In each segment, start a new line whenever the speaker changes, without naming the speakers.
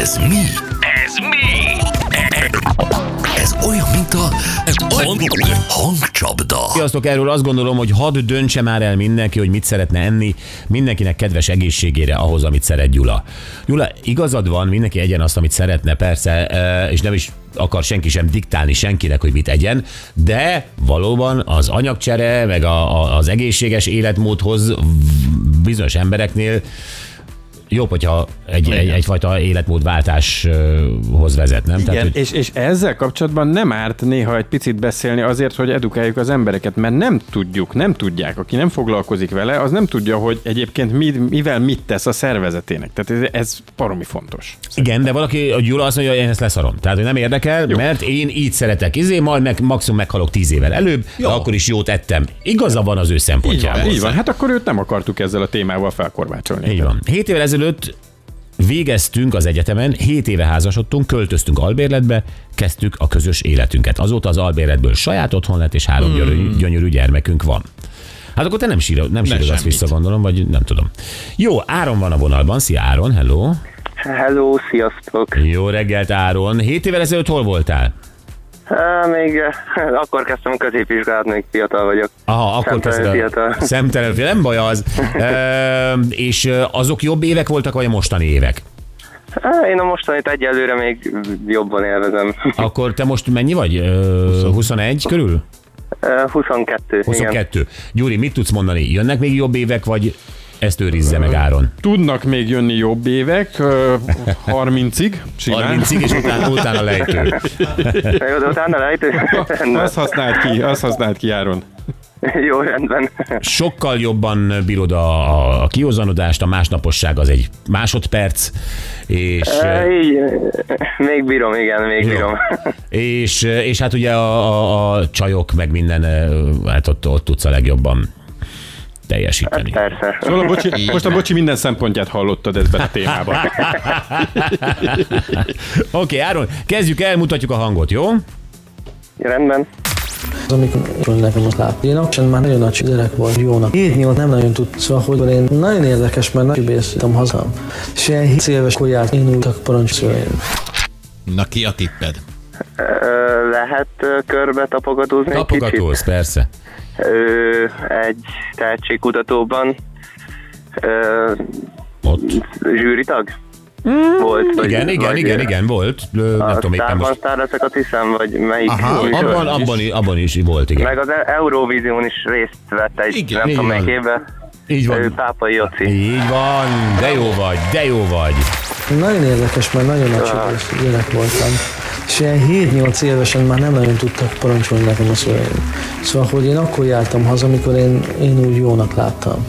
Ez mi?
Ez mi?
Ez olyan, mint a hangcsapda.
Sziasztok, erről azt gondolom, hogy hadd döntse már el mindenki, hogy mit szeretne enni, mindenkinek kedves egészségére ahhoz, amit szeret Gyula. Gyula, igazad van, mindenki egyen azt, amit szeretne, persze, eh, és nem is akar senki sem diktálni senkinek, hogy mit egyen, de valóban az anyagcsere, meg a, a, az egészséges életmódhoz bizonyos embereknél jobb, hogyha egy, egy, egyfajta életmódváltáshoz vezet, nem?
Igen, és, és ezzel kapcsolatban nem árt néha egy picit beszélni azért, hogy edukáljuk az embereket, mert nem tudjuk, nem tudják. Aki nem foglalkozik vele, az nem tudja, hogy egyébként mi, mivel mit tesz a szervezetének. Tehát ez, ez baromi fontos.
Igen, de valaki, a Gyula azt mondja, hogy én ezt leszarom. Tehát, hogy nem érdekel, jó. mert én így szeretek izé, majd meg, maximum meghalok tíz évvel előbb, jó. de akkor is jót ettem. Igaza van az ő
Így van,
szempontjából.
így van. Hát akkor őt nem akartuk ezzel a témával felkorvácsolni.
Így van. Hét évvel ezelőtt végeztünk az egyetemen, hét éve házasodtunk, költöztünk albérletbe, kezdtük a közös életünket. Azóta az albérletből saját otthon lett, és három gyönyörű, gyönyörű gyermekünk van. Hát akkor te nem sírod, nem sírod azt
semmit.
vissza, gondolom, vagy nem tudom. Jó, Áron van a vonalban. Szia, Áron, hello.
Hello, sziasztok!
Jó reggelt, Áron. Hét évvel ezelőtt hol voltál?
Há, még eh, akkor kezdtem a középvizsgálat, még fiatal vagyok.
Aha, akkor
Szemtelen
kezdted.
fiatal.
Szemtelen fiatal. Nem baj az. Ö, és ö, azok jobb évek voltak, vagy a mostani évek?
Há, Én a mostanit egyelőre még jobban élvezem.
Akkor te most mennyi vagy? Ö, 21 körül?
Eh, 22. 22.
22. Gyuri, mit tudsz mondani? Jönnek még jobb évek, vagy ezt őrizze meg Áron?
Tudnak még jönni jobb évek, ö, 30-ig, simán.
30-ig, és utána, utána lejtő.
Igen. Jó, de utána lejtő? rendben.
Azt használd ki, azt használd ki, Áron.
Jó, rendben.
Sokkal jobban bírod a, a- a kihozanodást, a másnaposság az egy másodperc, és...
Eh, Így, eh, még bírom, igen, még
Jó.
bírom.
És, és hát ugye a, a, a csajok, meg minden, ö, hát ott, ott tudsz a legjobban teljesíteni.
Persze.
Szóval a bocsi, most a bocsi minden szempontját hallottad ebben a témában.
Oké, okay, Áron, kezdjük el, mutatjuk a hangot, jó?
Rendben.
Az, amikor nekem most lát. Én akkor már nagyon nagy gyerek volt, jónak. Írni ott nem nagyon tud, szóval hogy én nagyon érdekes, mert nagy kibészítem hazám. És ilyen 7 éves kolyát én úgy a parancsolom.
Na ki a tipped?
Ö, Lehet ö, körbe tapogatózni egy kicsit?
Tapogatóz, persze.
Ö, Egy tehetségkutatóban ö,
Ott.
zsűritag? Volt, vagy,
Igen, igen,
vagy
igen, igen, volt. Ö, Nem
A
tudom éppen
Starban
most.
Star leszek, azt hiszem, vagy melyik.
Aha,
műsor?
Abban, abban, is, abban is volt, igen.
Meg az Eurovízión is részt vett egy,
Igen,
igen, nem tudom
így
melyik
van.
évben.
Így
Ő
van.
Pápai Jóci.
Így van, de jó vagy, de jó vagy.
Nagyon érdekes, mert nagyon nagy csodás gyerek voltam. És ilyen 7-8 évesen már nem nagyon tudtak parancsolni nekem a szüleim. Szóval, hogy én akkor jártam haza, amikor én, én úgy jónak láttam.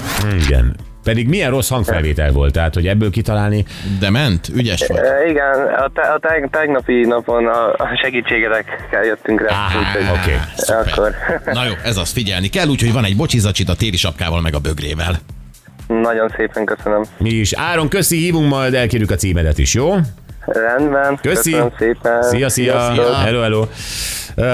Igen. Pedig milyen rossz hangfelvétel volt, tehát, hogy ebből kitalálni.
De ment? Ügyes vagy.
Ö, Igen, a, te, a teg, tegnapi napon a a segítségedekkel jöttünk rá.
Áhá,
úgyhogy
oké.
Szuper.
Akkor
Na jó, ez az, figyelni kell, úgyhogy van egy bocsizacsit a téli sapkával meg a bögrével.
nagyon szépen köszönöm.
Mi is. Áron, köszi, hívunk majd, elkérjük a címedet is, jó?
Rendben,
Köszi.
köszönöm szépen.
Szia, szia.
Sziasztok.
Hello, hello. Öh,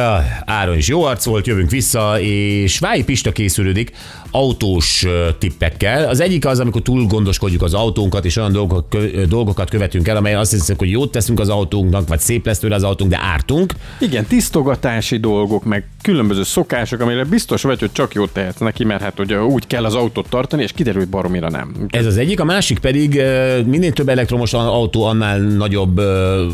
Áron is jó arc volt, jövünk vissza, és Vályi Pista készülődik autós ö, tippekkel. Az egyik az, amikor túl gondoskodjuk az autónkat, és olyan dolgok, kö- ö, dolgokat követünk el, amelyen azt hiszem, hogy jót teszünk az autónknak, vagy szép lesz tőle az autónk, de ártunk.
Igen, tisztogatási dolgok, meg különböző szokások, amire biztos vagy, hogy csak jót tehetsz neki, mert hát ugye úgy kell az autót tartani, és kiderül, hogy baromira nem.
Ez az egyik, a másik pedig ö, minél több elektromos autó, annál nagyobb ö,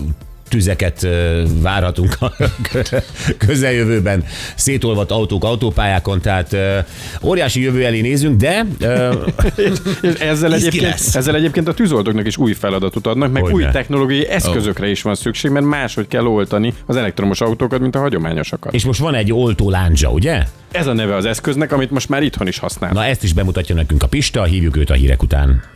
tüzeket ö, várhatunk a kö- közeljövőben szétolvat autók autópályákon, tehát ö, óriási jövő elé nézünk, de ö,
És ezzel,
Íz ki
egyébként,
lesz.
ezzel egyébként a tűzoltóknak is új feladatot adnak, meg
Hogyne.
új technológiai eszközökre is van szükség, mert máshogy kell oltani az elektromos autókat, mint a hagyományosakat.
és most van egy oltó lándzsa, ugye?
Ez a neve az eszköznek, amit most már itthon is használ.
Na ezt is bemutatja nekünk a Pista, hívjuk őt a hírek után.